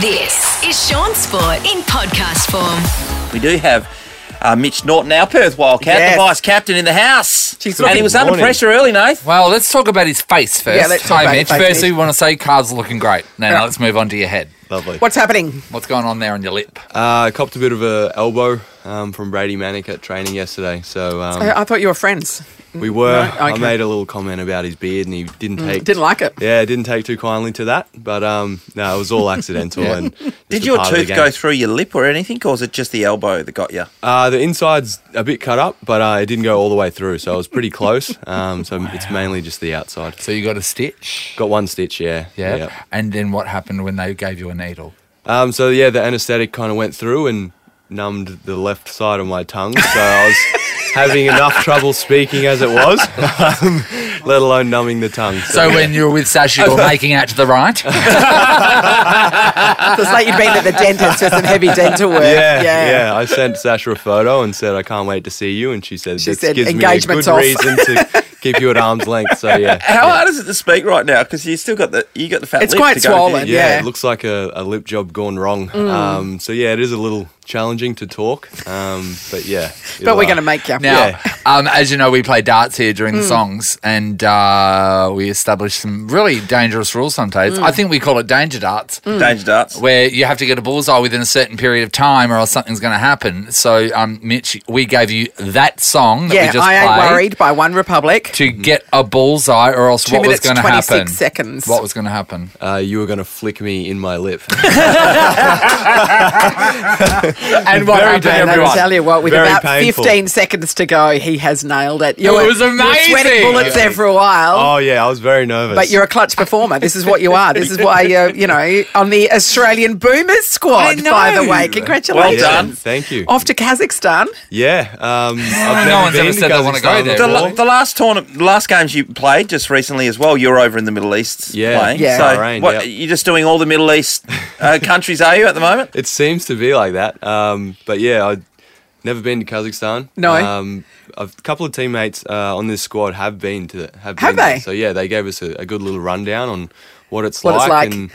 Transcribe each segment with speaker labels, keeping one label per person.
Speaker 1: This is Sean Sport in podcast form.
Speaker 2: We do have uh, Mitch Norton, our Perth Wildcat,
Speaker 3: Yes.
Speaker 2: the vice captain in the house.
Speaker 3: Jeez, look
Speaker 2: and he
Speaker 3: at
Speaker 2: was
Speaker 3: him.
Speaker 2: under
Speaker 3: Morning.
Speaker 2: pressure early, Nath.
Speaker 4: Well, Oh, let's talk about his face first.
Speaker 3: Yeah, let's talk
Speaker 4: Hi,
Speaker 3: about
Speaker 4: Mitch.
Speaker 3: his face,
Speaker 4: Firstly,
Speaker 3: Mitch.
Speaker 4: we want to say Carl's looking great. Now, now let's move on to your head.
Speaker 5: Lovely.
Speaker 3: What's happening?
Speaker 4: What's going on there on your lip?
Speaker 5: Uh, copped a bit of a elbow um, from Brady Manick at training yesterday. So um,
Speaker 3: I, I thought you were friends.
Speaker 5: we were.
Speaker 3: Uh, no,
Speaker 5: I
Speaker 3: okay.
Speaker 5: made a little comment about his beard, and he didn't take.
Speaker 3: Didn't like it.
Speaker 5: Yeah, didn't take too kindly to that. But um, no, it was all accidental.
Speaker 4: Yeah.
Speaker 5: And
Speaker 2: Did your tooth go through your lip or anything, or was it just the elbow that got you?
Speaker 5: Uh, the inside's a bit cut up, but uh, it didn't go all the way through, so it was pretty close. Um, so it's mainly just the outside.
Speaker 4: So you got a stitch.
Speaker 5: Got one stitch, yeah.
Speaker 4: Yeah. And then what happened when they gave you a needle?
Speaker 5: Um, so yeah, the anesthetic kind of went through and numbed the left side of my tongue, so I was having enough trouble speaking as it was, um, let alone numbing the tongue.
Speaker 4: So when you were with Sasha, you were making out to the right.
Speaker 3: It's like you'd been at the dentist with some heavy dental work.
Speaker 5: yeah, yeah, I sent Sasha a photo and said I can't wait to see you, and she said
Speaker 3: She
Speaker 5: this
Speaker 3: said,
Speaker 5: gives me a
Speaker 3: "Engagement's
Speaker 5: good
Speaker 3: off."
Speaker 5: reason to keep you at arm's length. So yeah,
Speaker 2: How hard is it to speak right now? Because you still got the you got the fat.
Speaker 3: It's
Speaker 2: lip
Speaker 3: quite
Speaker 2: to go
Speaker 3: swollen.
Speaker 2: through.
Speaker 5: yeah,
Speaker 3: Yeah. Mm.
Speaker 5: it looks like a, a lip job gone wrong. Um, so yeah, it is a little challenging to talk, um, but yeah,
Speaker 3: But
Speaker 5: it'll,
Speaker 3: we're
Speaker 5: uh,
Speaker 3: going to make you.
Speaker 4: Now,
Speaker 5: Yeah.
Speaker 4: um, as you know, we play darts here during
Speaker 3: Hmm.
Speaker 4: the songs, and uh, we establish some really dangerous rules sometimes.
Speaker 3: Hmm.
Speaker 4: I think we call it danger darts.
Speaker 2: Danger darts.
Speaker 4: where you have to get a bullseye within a certain period of time or else something's going to happen. So, um, Mitch, we gave you that song that
Speaker 3: yeah,
Speaker 4: we just
Speaker 3: I ain't
Speaker 4: played
Speaker 3: worried by One Republic.
Speaker 4: to get a bullseye or else
Speaker 3: Two
Speaker 4: what was
Speaker 3: minutes,
Speaker 4: going to
Speaker 3: 26
Speaker 4: happen.
Speaker 3: seconds.
Speaker 4: What was going to happen?
Speaker 5: uh, you were going to flick me in my lip.
Speaker 4: And what
Speaker 5: Very
Speaker 4: happened,
Speaker 5: dangerous.
Speaker 3: And I
Speaker 4: everyone?
Speaker 3: tell you what, with
Speaker 5: Very
Speaker 3: about
Speaker 5: painful.
Speaker 3: 15 seconds to go, he has nailed it. You
Speaker 4: It
Speaker 3: were-
Speaker 4: was
Speaker 3: You were sweating
Speaker 4: amazing.
Speaker 3: bullets there for a while.
Speaker 5: oh yeah, I was very nervous.
Speaker 3: But you're a clutch performer. This is what you are. This is why you're, you know, on the Australian Boomers squad, by the way.
Speaker 2: Well
Speaker 3: Congratulations.
Speaker 2: done.
Speaker 5: Thank you.
Speaker 3: Off to Kazakhstan.
Speaker 5: Yeah. Um, I've
Speaker 4: No
Speaker 5: never
Speaker 4: one's ever
Speaker 5: been to
Speaker 4: said they wanna go
Speaker 5: Kazakhstan
Speaker 4: there,
Speaker 2: The,
Speaker 5: before.
Speaker 2: la- the last tournament, last games you played just recently as well. You're over in the Middle East
Speaker 5: Yeah.
Speaker 2: playing.
Speaker 3: Yeah.
Speaker 2: So
Speaker 5: Bahrain,
Speaker 2: what,
Speaker 5: yep.
Speaker 2: you're just doing all the Middle East uh, countries, are you at the moment?
Speaker 5: It seems to be like that. Um, but yeah, I've never been to Kazakhstan.
Speaker 3: No.
Speaker 5: Um, I've, a couple of teammates uh, on this squad have been to have,
Speaker 3: Have
Speaker 5: been there.
Speaker 3: they?
Speaker 5: So yeah, they gave us a, a good little rundown on what it's
Speaker 3: What it's
Speaker 5: like,
Speaker 3: like.
Speaker 5: and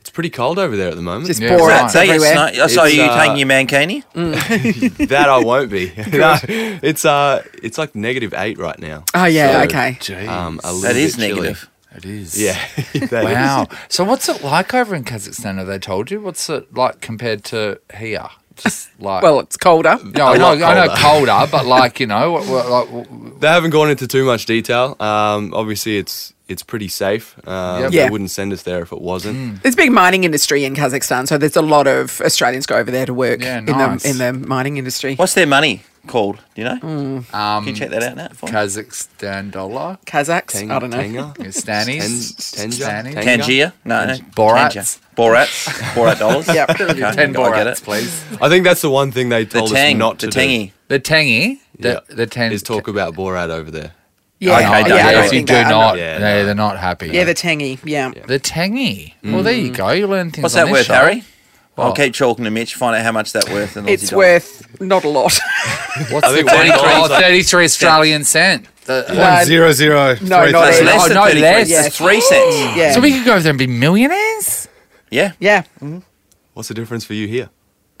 Speaker 5: it's pretty cold over there at the moment.
Speaker 3: Just
Speaker 4: Yeah,
Speaker 3: boring
Speaker 4: right.
Speaker 2: So you
Speaker 3: everywhere.
Speaker 2: sni- I saw
Speaker 5: It's,
Speaker 2: you
Speaker 5: uh,
Speaker 2: taking your mankini.
Speaker 5: that I won't be. No, it's uh, it's like negative eight right now.
Speaker 3: Oh, yeah, okay.
Speaker 5: Um, a little
Speaker 2: That is
Speaker 5: bit chilly.
Speaker 2: negative.
Speaker 4: It is.
Speaker 5: Yeah. that is.
Speaker 4: Wow. So, what's it like over in Kazakhstan? Have they told you? What's it like compared to here? Just like.
Speaker 3: Well, it's colder.
Speaker 4: no, I
Speaker 5: a
Speaker 4: know,
Speaker 5: lot
Speaker 4: I know colder, but like, you know, what, what, like,
Speaker 5: They haven't gone into too much detail. Um, obviously, it's it's pretty safe. Um,
Speaker 4: Yep.
Speaker 3: Yeah. Hmm.
Speaker 5: They wouldn't send us there if it wasn't.
Speaker 3: There's a big mining industry in Kazakhstan, so there's a lot of Australians go over there to work
Speaker 4: Yeah, nice.
Speaker 3: in the in the mining industry.
Speaker 2: What's their money called? Do you know?
Speaker 4: um,
Speaker 2: Can you check that out now? For me?
Speaker 4: Kazakhstan dollar?
Speaker 3: Kazakhs?
Speaker 5: Tang-
Speaker 3: I don't know.
Speaker 5: Tanga?
Speaker 4: Stanis?
Speaker 5: Ten- Tanja?
Speaker 4: Stanis?
Speaker 5: Tanga?
Speaker 2: Tangier? No, no.
Speaker 4: Borats?
Speaker 2: Tangier. Borats. Borat dollars.
Speaker 3: Yep.
Speaker 2: Okay,
Speaker 4: Ten
Speaker 2: I get
Speaker 4: borats,
Speaker 2: it.
Speaker 4: please.
Speaker 5: I think that's the one thing they
Speaker 2: The
Speaker 5: told
Speaker 2: tang.
Speaker 5: us not
Speaker 2: the
Speaker 5: to
Speaker 2: tangy.
Speaker 4: The tangy, the,
Speaker 5: Yeah.
Speaker 4: the
Speaker 5: do.
Speaker 4: tangy.
Speaker 5: Is talk about Borat over there.
Speaker 3: Yeah, Oh,
Speaker 2: Okay,
Speaker 3: yeah,
Speaker 2: don't
Speaker 3: I
Speaker 2: do
Speaker 3: don't
Speaker 2: it.
Speaker 4: if you
Speaker 3: think
Speaker 4: do
Speaker 3: that- I'm
Speaker 4: not,
Speaker 5: Yeah,
Speaker 4: they,
Speaker 5: no.
Speaker 4: they're not happy.
Speaker 3: Yeah, the tangy. Yeah.
Speaker 4: the tangy. Well, there you go. You learn things.
Speaker 2: What's
Speaker 4: on
Speaker 2: that
Speaker 4: this
Speaker 2: worth,
Speaker 4: show.
Speaker 2: Harry? I'll
Speaker 4: What?
Speaker 2: keep talking to Mitch, find out how much that's worth. In Aussie
Speaker 3: It's
Speaker 2: dollars.
Speaker 3: worth not a lot.
Speaker 4: What's the
Speaker 5: think one
Speaker 4: 33, oh,
Speaker 5: dollar's like-
Speaker 4: 33 Australian cent? The-
Speaker 3: Uh,
Speaker 5: Zero zero.
Speaker 3: no, not
Speaker 2: That's
Speaker 3: even.
Speaker 2: less
Speaker 4: Oh,
Speaker 2: than
Speaker 4: no,
Speaker 2: 33.
Speaker 4: less.
Speaker 2: That's three cents.
Speaker 3: yeah.
Speaker 4: So we could go over there and be millionaires.
Speaker 2: Yeah.
Speaker 3: yeah.
Speaker 5: What's the difference for you here?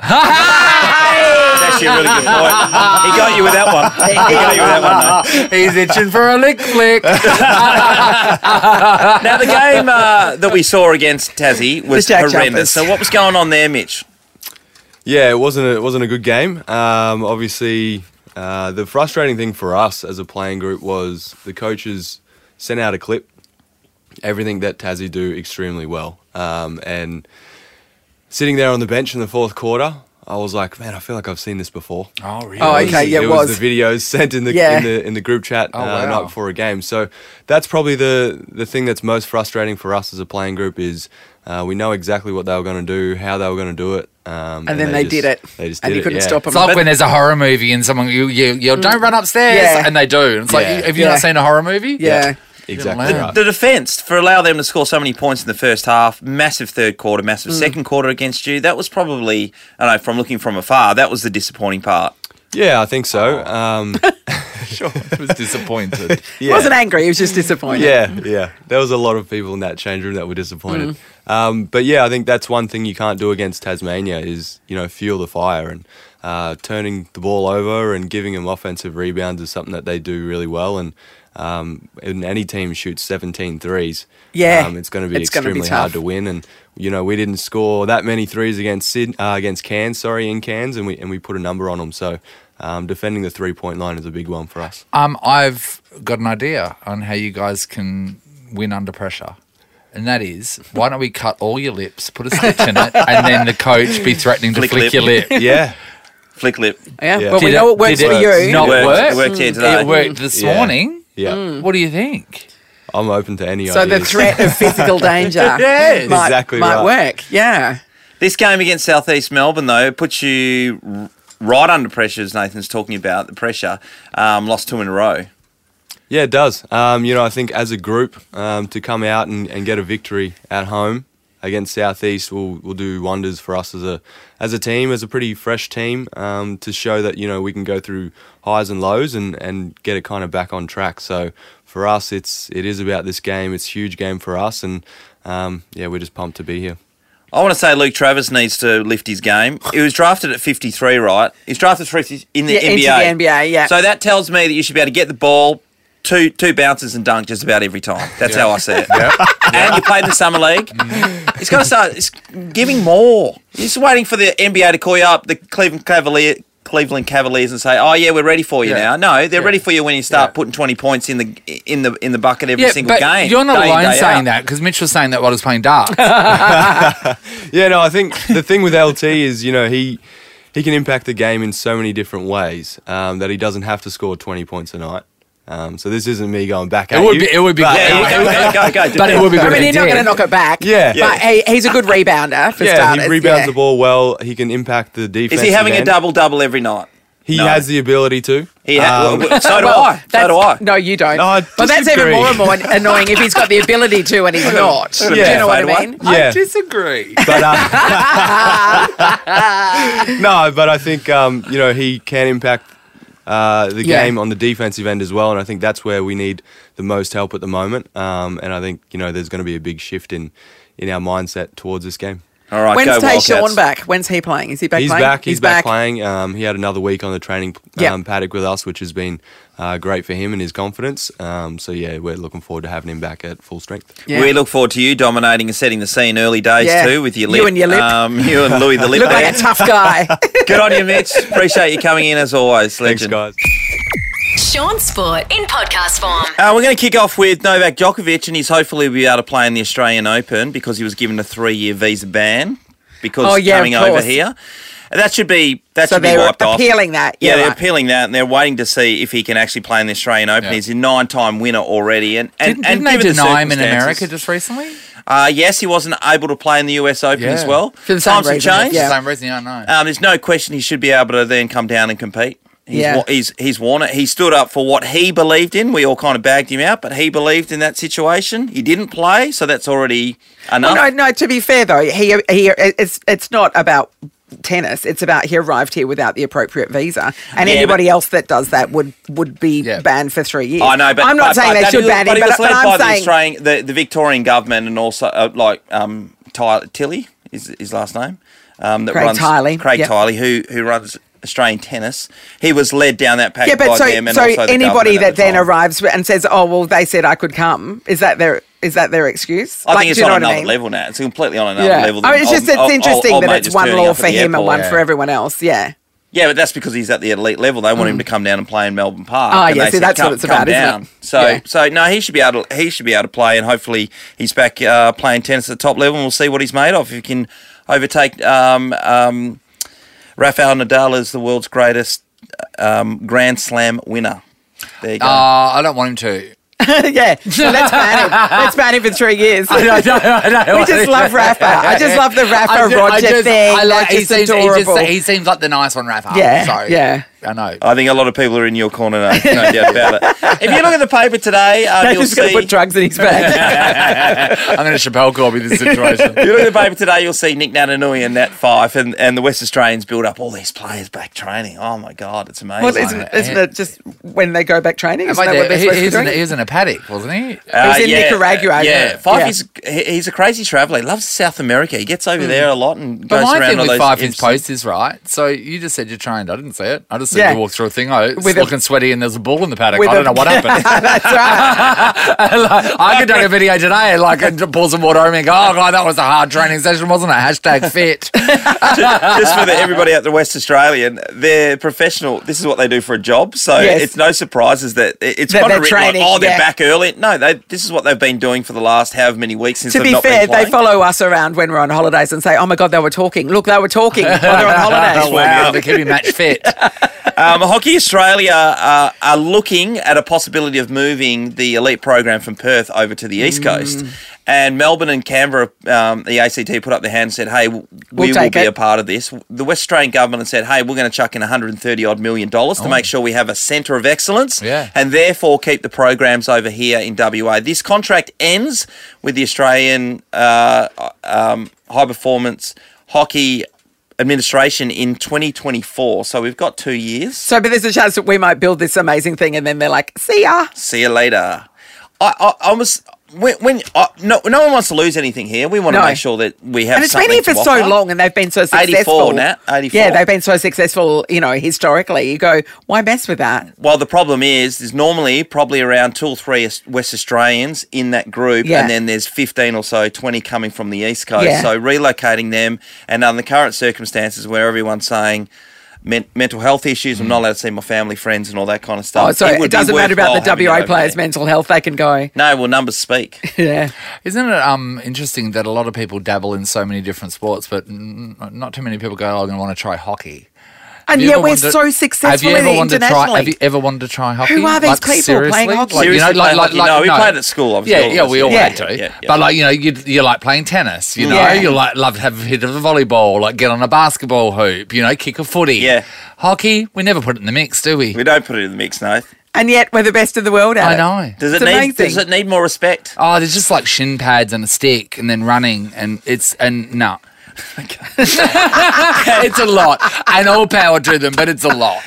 Speaker 2: That's actually a really good point. He got you with that one. He got you with that one, though.
Speaker 4: He's itching for a lick flick.
Speaker 2: Now the game uh, that we saw against Tassie was
Speaker 3: The Jack
Speaker 2: horrendous. So
Speaker 3: Jumpers.
Speaker 2: what was going on there, Mitch?
Speaker 5: Yeah, it wasn't a, it wasn't a good game. Um, obviously, uh, the frustrating thing for us as a playing group was the coaches sent out a clip. Everything that Tassie do extremely well, um, and sitting there on the bench in the fourth quarter, I was like, man, I feel like I've seen this before.
Speaker 4: oh, really?
Speaker 3: Oh, okay. yeah, it
Speaker 5: it
Speaker 3: was.
Speaker 5: the videos sent in the
Speaker 3: Yeah.
Speaker 5: in the in the group chat
Speaker 4: Oh,
Speaker 5: uh,
Speaker 4: wow.
Speaker 5: night before a game. So that's probably the the thing that's most frustrating for us as a playing group is uh, we know exactly what they were going to do, how they were going to do it, um,
Speaker 3: And then they,
Speaker 5: just-
Speaker 3: did it.
Speaker 5: They just
Speaker 3: and
Speaker 5: did
Speaker 3: you couldn't
Speaker 5: yeah.
Speaker 3: stop them.
Speaker 4: It's like when there's a horror movie and someone you you you don't run upstairs
Speaker 3: Yeah.
Speaker 4: and they do. And it's like
Speaker 5: Yeah.
Speaker 4: have you
Speaker 3: Yeah.
Speaker 4: not seen a horror movie?
Speaker 3: yeah.
Speaker 5: Exactly.
Speaker 4: Yeah.
Speaker 5: Right.
Speaker 2: The defence for allow them to score so many points in the first half, massive third quarter, massive second quarter against you. That was probably, I don't know, from looking from afar, that was the disappointing part.
Speaker 4: Oh.
Speaker 5: Yeah, I think so. Um,
Speaker 4: sure. I was disappointed.
Speaker 3: He wasn't angry. He was just disappointed.
Speaker 5: Yeah, yeah. There was a lot of people in that change room that were disappointed.
Speaker 3: Mm-hmm.
Speaker 5: Um, but yeah, I think that's one thing you can't do against Tasmania is you know fuel the fire and uh, turning the ball over and giving them offensive rebounds is something that they do really well. And um, and any team shoots 17 threes,
Speaker 3: Yeah,
Speaker 5: um, it's going to be
Speaker 3: it's gonna be
Speaker 5: extremely hard
Speaker 3: tough.
Speaker 5: to win. And you know we didn't score that many threes against Sid uh, against Cairns, sorry, in Cairns, and we and we put a number on them. So um, defending the three point line is a big one for us.
Speaker 4: Um, I've got an idea on how you guys can win under pressure. And that is, why don't we cut all your lips, put a stitch in it, and then the coach be threatening to
Speaker 2: Flick
Speaker 4: flick,
Speaker 2: lip.
Speaker 4: your lip?
Speaker 5: Yeah.
Speaker 2: Flick lip.
Speaker 3: Yeah.
Speaker 5: Yeah.
Speaker 3: Well, we
Speaker 4: Did
Speaker 3: know it works
Speaker 4: did
Speaker 3: for you.
Speaker 4: Not
Speaker 2: It worked-
Speaker 4: work.
Speaker 2: it worked here today. Mm.
Speaker 4: It worked this
Speaker 5: Yeah.
Speaker 4: morning.
Speaker 5: Yeah.
Speaker 4: What do you think?
Speaker 5: I'm open to any
Speaker 3: So
Speaker 5: ideas.
Speaker 3: the threat of physical danger
Speaker 4: Yes.
Speaker 3: might,
Speaker 5: Exactly
Speaker 3: might
Speaker 5: right.
Speaker 3: work. Yeah.
Speaker 2: This game against Southeast Melbourne, though, puts you r- right under pressure, as Nathan's talking about the pressure. Um, lost two in a row.
Speaker 5: Yeah, it does. Um, you know, I think as a group um, to come out and, and get a victory at home against Southeast will will do wonders for us as a as a team, as a pretty fresh team, um, to show that you know we can go through highs and lows and, and get it kind of back on track. So for us, it's it is about this game. It's a huge game for us, and um, yeah, we're just pumped to be here.
Speaker 2: I want to say Luke Travis needs to lift his game. He was drafted at 53, right? He's drafted 50 in the
Speaker 3: Yeah, into
Speaker 2: NBA.
Speaker 3: the NBA, yeah.
Speaker 2: So that tells me that you should be able to get the ball, two two bounces and dunk just about every time. That's how I see it. And you played in the summer league. He's got to start it's giving more. He's waiting for the NBA to call you up, the Cleveland Cavalier. Cleveland Cavaliers and say, "Oh yeah, we're ready for you
Speaker 4: Yeah.
Speaker 2: now." No, they're
Speaker 4: Yeah.
Speaker 2: ready for you when you start
Speaker 4: Yeah.
Speaker 2: putting twenty points in the in the in the bucket every single
Speaker 4: but
Speaker 2: game.
Speaker 4: you're not
Speaker 2: day in,
Speaker 4: alone
Speaker 2: day
Speaker 4: saying
Speaker 2: out.
Speaker 4: that because Mitch was saying that while he was playing darts.
Speaker 5: Yeah, no, I think the thing with LT is, you know, he he can impact the game in so many different ways um, that he doesn't have to score 20 points a night. Um, so this isn't me going back at
Speaker 4: it would
Speaker 5: you,
Speaker 4: be. It would be.
Speaker 5: but-
Speaker 4: great.
Speaker 2: Yeah, you go, go, go, go.
Speaker 4: but it would be.
Speaker 3: I
Speaker 4: good
Speaker 3: mean,
Speaker 4: if
Speaker 3: he's not
Speaker 4: did.
Speaker 3: going to knock it back.
Speaker 5: Yeah.
Speaker 3: But he, he's a good rebounder for
Speaker 5: yeah,
Speaker 3: starters.
Speaker 5: he rebounds the ball well. He can impact the defense.
Speaker 2: Is he having a
Speaker 5: end.
Speaker 2: double double every night?
Speaker 5: He
Speaker 2: No.
Speaker 5: has the ability to.
Speaker 2: He ha-
Speaker 5: Um,
Speaker 2: well, so do
Speaker 3: Well,
Speaker 2: I. So
Speaker 3: that's-
Speaker 2: do I.
Speaker 3: No, you don't.
Speaker 5: No, I
Speaker 3: but that's even
Speaker 5: disagree.
Speaker 3: more and more annoying if he's got the ability to and he's not. Do you
Speaker 5: Yeah.
Speaker 3: know what
Speaker 2: Fade
Speaker 3: I
Speaker 2: away.
Speaker 3: mean?
Speaker 5: yeah.
Speaker 4: disagree.
Speaker 5: but uh, no, but I think um, you know he can impact uh, the
Speaker 3: Yeah.
Speaker 5: game on the defensive end as well, and I think that's where we need the most help at the moment. Um, and I think you know there's going to be a big shift in in our mindset towards this game.
Speaker 2: All right, go
Speaker 3: Wednesday,
Speaker 2: Wildcats.
Speaker 3: Sean back. When's he playing? Is he back
Speaker 5: He's
Speaker 3: playing?
Speaker 5: back. He's, back, playing. Um, he had another week on the training um,
Speaker 3: Yeah.
Speaker 5: paddock with us, which has been uh, great for him and his confidence. Um, so yeah, we're looking forward to having him back at full strength.
Speaker 3: Yeah.
Speaker 2: We look forward to you dominating and setting the scene early days
Speaker 3: Yeah.
Speaker 2: too with your lip.
Speaker 3: You and your lip.
Speaker 2: Um, you and Louis the lip.
Speaker 3: Look like
Speaker 2: there.
Speaker 3: a tough guy.
Speaker 2: Good on you, Mitch. Appreciate you coming in as always,
Speaker 5: Thanks,
Speaker 2: legend.
Speaker 5: guys.
Speaker 1: Sean Sport in podcast form.
Speaker 2: Uh, we're going to kick off with Novak Djokovic, and he's hopefully will be able to play in the Australian Open because he was given a three-year visa ban because
Speaker 3: Oh, yeah, of
Speaker 2: coming over
Speaker 3: course.
Speaker 2: here. And That should be that
Speaker 3: so
Speaker 2: should be
Speaker 3: they're
Speaker 2: wiped off.
Speaker 3: appealing that.
Speaker 2: Yeah, they're
Speaker 3: right.
Speaker 2: appealing that, and they're waiting to see if he can actually play in the Australian Open.
Speaker 4: Yeah.
Speaker 2: He's a nine-time winner already, and and,
Speaker 4: Didn't,
Speaker 2: and
Speaker 4: didn't they
Speaker 2: given the
Speaker 4: deny him in
Speaker 2: circumstances-
Speaker 4: America just recently?
Speaker 2: Uh, yes, he wasn't able to play in the US Open
Speaker 4: Yeah.
Speaker 2: as well.
Speaker 3: For the same
Speaker 2: Times
Speaker 3: reason,
Speaker 2: have changed.
Speaker 3: Yeah.
Speaker 4: Same reason. I know.
Speaker 2: Um, there's no question he should be able to then come down and compete. He's,
Speaker 3: Yeah.
Speaker 2: wa- he's he's worn it. He stood up for what he believed in. We all kind of bagged him out, but he believed in that situation. He didn't play, so that's already enough.
Speaker 3: Well, no, no. To be fair, though, he he it's it's not about tennis. It's about he arrived here without the appropriate visa, and
Speaker 2: Yeah,
Speaker 3: anybody
Speaker 2: but-
Speaker 3: else that does that would would be
Speaker 4: Yeah.
Speaker 3: banned for three years.
Speaker 2: I know, but
Speaker 3: I'm not
Speaker 2: but-
Speaker 3: saying
Speaker 2: but
Speaker 3: they
Speaker 2: that
Speaker 3: should
Speaker 2: was-
Speaker 3: ban him,
Speaker 2: it
Speaker 3: but,
Speaker 2: was
Speaker 3: but
Speaker 2: led
Speaker 3: I'm
Speaker 2: by
Speaker 3: saying
Speaker 2: the, Australian, the the Victorian government and also uh, like um, Ty, Tilly is his last name. Um, that
Speaker 3: Craig
Speaker 2: runs
Speaker 3: Tiley,
Speaker 2: Craig
Speaker 3: yep.
Speaker 2: Tiley, who who runs Australian tennis. He was led down that path
Speaker 3: yeah,
Speaker 2: by
Speaker 3: but so
Speaker 2: them and
Speaker 3: so
Speaker 2: also the
Speaker 3: anybody
Speaker 2: government at
Speaker 3: that
Speaker 2: the
Speaker 3: then
Speaker 2: time.
Speaker 3: arrives and says, "Oh, well, they said I could come," is that their is that their excuse?
Speaker 2: I
Speaker 3: Like,
Speaker 2: think it's
Speaker 3: do you know
Speaker 2: on
Speaker 3: what I
Speaker 2: another
Speaker 3: mean?
Speaker 2: level now. It's completely on another
Speaker 3: Yeah,
Speaker 2: level.
Speaker 3: I mean,
Speaker 2: than
Speaker 3: it's just
Speaker 2: old-
Speaker 3: it's
Speaker 2: old-
Speaker 3: interesting
Speaker 2: old
Speaker 3: that
Speaker 2: mate
Speaker 3: it's
Speaker 2: just
Speaker 3: one
Speaker 2: turning
Speaker 3: law
Speaker 2: up at
Speaker 3: for
Speaker 2: the
Speaker 3: him and
Speaker 2: airport.
Speaker 3: one
Speaker 4: yeah.
Speaker 3: for everyone else. Yeah.
Speaker 2: Yeah, but that's because he's at the elite level. They want him to come down and play in Melbourne Park.
Speaker 3: Ah,
Speaker 2: and
Speaker 3: Mm. yeah,
Speaker 2: they
Speaker 3: see,
Speaker 2: said,
Speaker 3: that's what
Speaker 2: "Come-
Speaker 3: it's
Speaker 2: come
Speaker 3: about, isn't it?
Speaker 2: down." So,
Speaker 3: Yeah.
Speaker 2: so no, he should be able to. He should be able to play, and hopefully, he's back uh, playing tennis at the top level. and We'll see what he's made of. If he can overtake um, um, Rafael Nadal as the world's greatest um, Grand Slam winner. There you go.
Speaker 4: Uh,
Speaker 3: Ah.
Speaker 4: I don't want him to.
Speaker 3: yeah, so let's ban him. Let's ban him for three years.
Speaker 4: I don't, I don't, I don't
Speaker 3: We just love Rafa. I just love the Rafa
Speaker 4: I ju- I
Speaker 3: Roger
Speaker 4: just-
Speaker 3: thing.
Speaker 4: I like.
Speaker 3: That's
Speaker 4: He
Speaker 3: just
Speaker 4: seems, he,
Speaker 3: adorable.
Speaker 4: just, he seems like the nice one, Rafa.
Speaker 3: yeah,
Speaker 4: So,
Speaker 3: yeah.
Speaker 4: I know.
Speaker 2: I think a lot of people are in your corner, no, no doubt about it. If you look at the paper today, um, you'll
Speaker 3: Nathan's going
Speaker 2: see.
Speaker 3: to put drugs in his bag.
Speaker 4: I'm going to Chappelle Corby this
Speaker 2: if
Speaker 4: situation.
Speaker 2: you look at the paper today, you'll see Nick Natanui and Nat Fife and, and the West Australians build up all these players back training. Oh my God, it's amazing.
Speaker 3: well, isn't, isn't it just when they go back training? Isn't that what they're
Speaker 4: he,
Speaker 3: supposed
Speaker 4: he,
Speaker 3: to
Speaker 4: was
Speaker 3: do?
Speaker 4: in, he was in a paddock, wasn't he?
Speaker 2: Uh,
Speaker 3: He's in
Speaker 2: Yeah,
Speaker 3: Nicaragua, yeah.
Speaker 2: Fife
Speaker 3: Yeah.
Speaker 2: is he- he's a crazy traveller. He loves South America. He gets
Speaker 3: Hmm.
Speaker 2: over there a lot and
Speaker 4: But
Speaker 2: goes
Speaker 4: my
Speaker 2: around
Speaker 4: thing
Speaker 2: all
Speaker 4: with
Speaker 2: those
Speaker 4: five inch
Speaker 2: interesting-
Speaker 4: posts is right. So you just said you trained. I didn't see it. I just said
Speaker 3: Yeah.
Speaker 4: you walked through a thing. I was
Speaker 3: With a-
Speaker 4: looking sweaty and there's a ball in the paddock.
Speaker 3: With
Speaker 4: I
Speaker 3: a-
Speaker 4: don't know what happened.
Speaker 3: Ah, That's right.
Speaker 4: I could take a video today, like, and just pour some water over me and go, oh, God, that was a hard training session, wasn't it? Hashtag fit.
Speaker 2: Just for the, everybody out the West Australian, they're professional. This is what they do for a job. So
Speaker 3: Yes.
Speaker 2: it's no surprises that it- it's
Speaker 3: That
Speaker 2: kind
Speaker 3: they're
Speaker 2: of written like,
Speaker 3: training,
Speaker 2: oh, they're
Speaker 3: yeah.
Speaker 2: back early. No, they, this is what they've been doing for the last however many weeks since
Speaker 3: to
Speaker 2: they've
Speaker 3: be
Speaker 2: not
Speaker 3: fair,
Speaker 2: been
Speaker 3: they
Speaker 2: playing.
Speaker 3: follow us around when we're on holidays and say, "Oh my God, they were talking. Look, they were talking while they're on holidays."
Speaker 4: wow. They keep me match fit.
Speaker 2: Um, Hockey Australia uh, are looking at a possibility of moving the elite program from Perth over to the
Speaker 3: Mm.
Speaker 2: East Coast. And Melbourne and Canberra, um, the ACT put up their hand and said, hey, w-
Speaker 3: We'll
Speaker 2: we will
Speaker 3: take
Speaker 2: be
Speaker 3: it.
Speaker 2: a part of this. The West Australian government said, hey, we're going to chuck in 130 odd million dollars
Speaker 3: Oh.
Speaker 2: to make sure we have a centre of excellence
Speaker 4: Yeah.
Speaker 2: and therefore keep the programs over here in WA. This contract ends with the Australian uh, um, High Performance Hockey Administration in 2024. So we've got two years.
Speaker 3: So, but there's a chance that we might build this amazing thing, and then they're like, "See ya."
Speaker 2: See you later. I, I, I was when, when I, no, no one wants to lose anything here. We want
Speaker 3: No.
Speaker 2: to make sure that we have.
Speaker 3: And it's been
Speaker 2: something
Speaker 3: here
Speaker 2: to
Speaker 3: for so
Speaker 2: offer.
Speaker 3: long, and they've been so successful.
Speaker 2: 84, Nat, 84.
Speaker 3: Yeah, they've been so successful. You know, historically, you go, "Why mess with that?"
Speaker 2: Well, the problem is, there's normally probably around two or three Aus- West Australians in that group,
Speaker 3: Yeah.
Speaker 2: and then there's 15 or so, 20 coming from the East Coast.
Speaker 3: Yeah.
Speaker 2: So relocating them, and under the current circumstances where everyone's saying. Men- mental health issues. I'm not allowed to see my family, friends, and all that kind of stuff.
Speaker 3: Oh, so it,
Speaker 2: would be
Speaker 3: doesn't matter about
Speaker 2: worthwhile having
Speaker 3: the
Speaker 2: it
Speaker 3: WA
Speaker 2: over
Speaker 3: players'
Speaker 2: there.
Speaker 3: mental health; they can go.
Speaker 2: No, well, numbers speak.
Speaker 3: Yeah,
Speaker 4: Isn't it um, interesting that a lot of people dabble in so many different sports, but n- not too many people go, oh, I'm going to want to try hockey?
Speaker 3: and
Speaker 4: Have you
Speaker 3: yeah,
Speaker 4: ever
Speaker 3: we're
Speaker 4: wanted-
Speaker 3: so successful
Speaker 4: have you
Speaker 3: in
Speaker 4: ever
Speaker 3: the
Speaker 4: wanted to
Speaker 3: internationally.
Speaker 4: Try, have you ever wanted to try hockey?
Speaker 3: Who are these people playing hockey?
Speaker 4: Like, you know,
Speaker 2: Seriously
Speaker 4: like,
Speaker 2: playing
Speaker 4: like,
Speaker 2: hockey?
Speaker 4: like,
Speaker 2: No, we played at school, obviously,
Speaker 4: Yeah,
Speaker 2: all of
Speaker 4: yeah,
Speaker 2: us,
Speaker 4: we
Speaker 2: yeah.
Speaker 4: all
Speaker 3: Yeah.
Speaker 4: had to.
Speaker 2: Yeah, yeah.
Speaker 4: But like you know, you you like playing tennis. You know,
Speaker 3: Yeah.
Speaker 4: you like love to have a hit of a volleyball, like get on a basketball hoop. You know, kick a footy.
Speaker 2: Yeah.
Speaker 4: hockey. We never put it in the mix, do we?
Speaker 2: We don't put it in the mix, no.
Speaker 3: and yet we're the best of the world at
Speaker 4: I
Speaker 3: it.
Speaker 4: know.
Speaker 2: Does
Speaker 3: It's
Speaker 2: it need?
Speaker 3: amazing.
Speaker 2: Does it need more respect?
Speaker 4: Oh, there's just like shin pads and a stick, and then running, and it's and no. it's a lot, and all power to them, but it's a lot.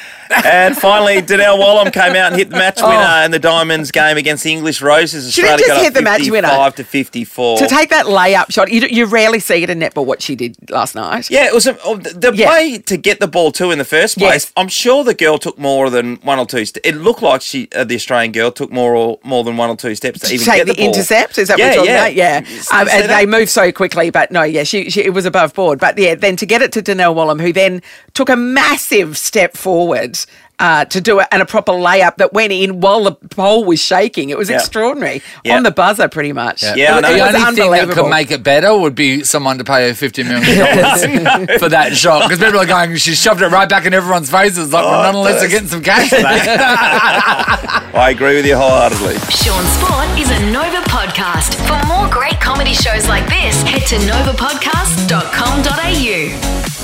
Speaker 2: And finally, Danelle Wallum came out and hit the match winner in the Diamonds game against the English Roses.
Speaker 3: Oh. She didn't
Speaker 2: Australia got
Speaker 3: just hit the match winner.
Speaker 2: Five to fifty-four.
Speaker 3: To take that layup shot, you, you rarely see it in netball. What she did last night.
Speaker 2: yeah, it was a, oh, the the
Speaker 3: Yeah.
Speaker 2: play to get the ball too in the first place.
Speaker 3: Yes.
Speaker 2: I'm sure the girl took more than one or two. St- it looked like she, uh, the Australian girl, took more or more than one or two steps to, even
Speaker 3: take
Speaker 2: get
Speaker 3: the,
Speaker 2: the, ball.
Speaker 3: intercept. Is that
Speaker 2: yeah,
Speaker 3: what you're talking
Speaker 2: yeah. You
Speaker 3: about? Yeah.
Speaker 2: s-
Speaker 3: Um,
Speaker 2: see
Speaker 3: and they
Speaker 2: that?
Speaker 3: move so quickly, but no, yeah, she, she it was above board. But yeah, then to get it to Danelle Wallum, who then took a massive step forward uh, to do it and a proper layup that went in while the pole was shaking. It was
Speaker 2: Yeah.
Speaker 3: extraordinary
Speaker 2: Yeah.
Speaker 3: on the buzzer, pretty much.
Speaker 2: Yeah, I
Speaker 3: it,
Speaker 2: know.
Speaker 3: it
Speaker 4: the
Speaker 3: was
Speaker 4: only thing that
Speaker 3: unbelievable.
Speaker 4: could make it better would be someone to pay her fifty million dollars for that shot because people are going, she shoved it right back in everyone's faces, like well, nonetheless they're getting some cash.
Speaker 2: I agree with you wholeheartedly.
Speaker 1: Sean Sport is a Nova podcast. For more great comedy shows like this, head to novapodcast.com.au.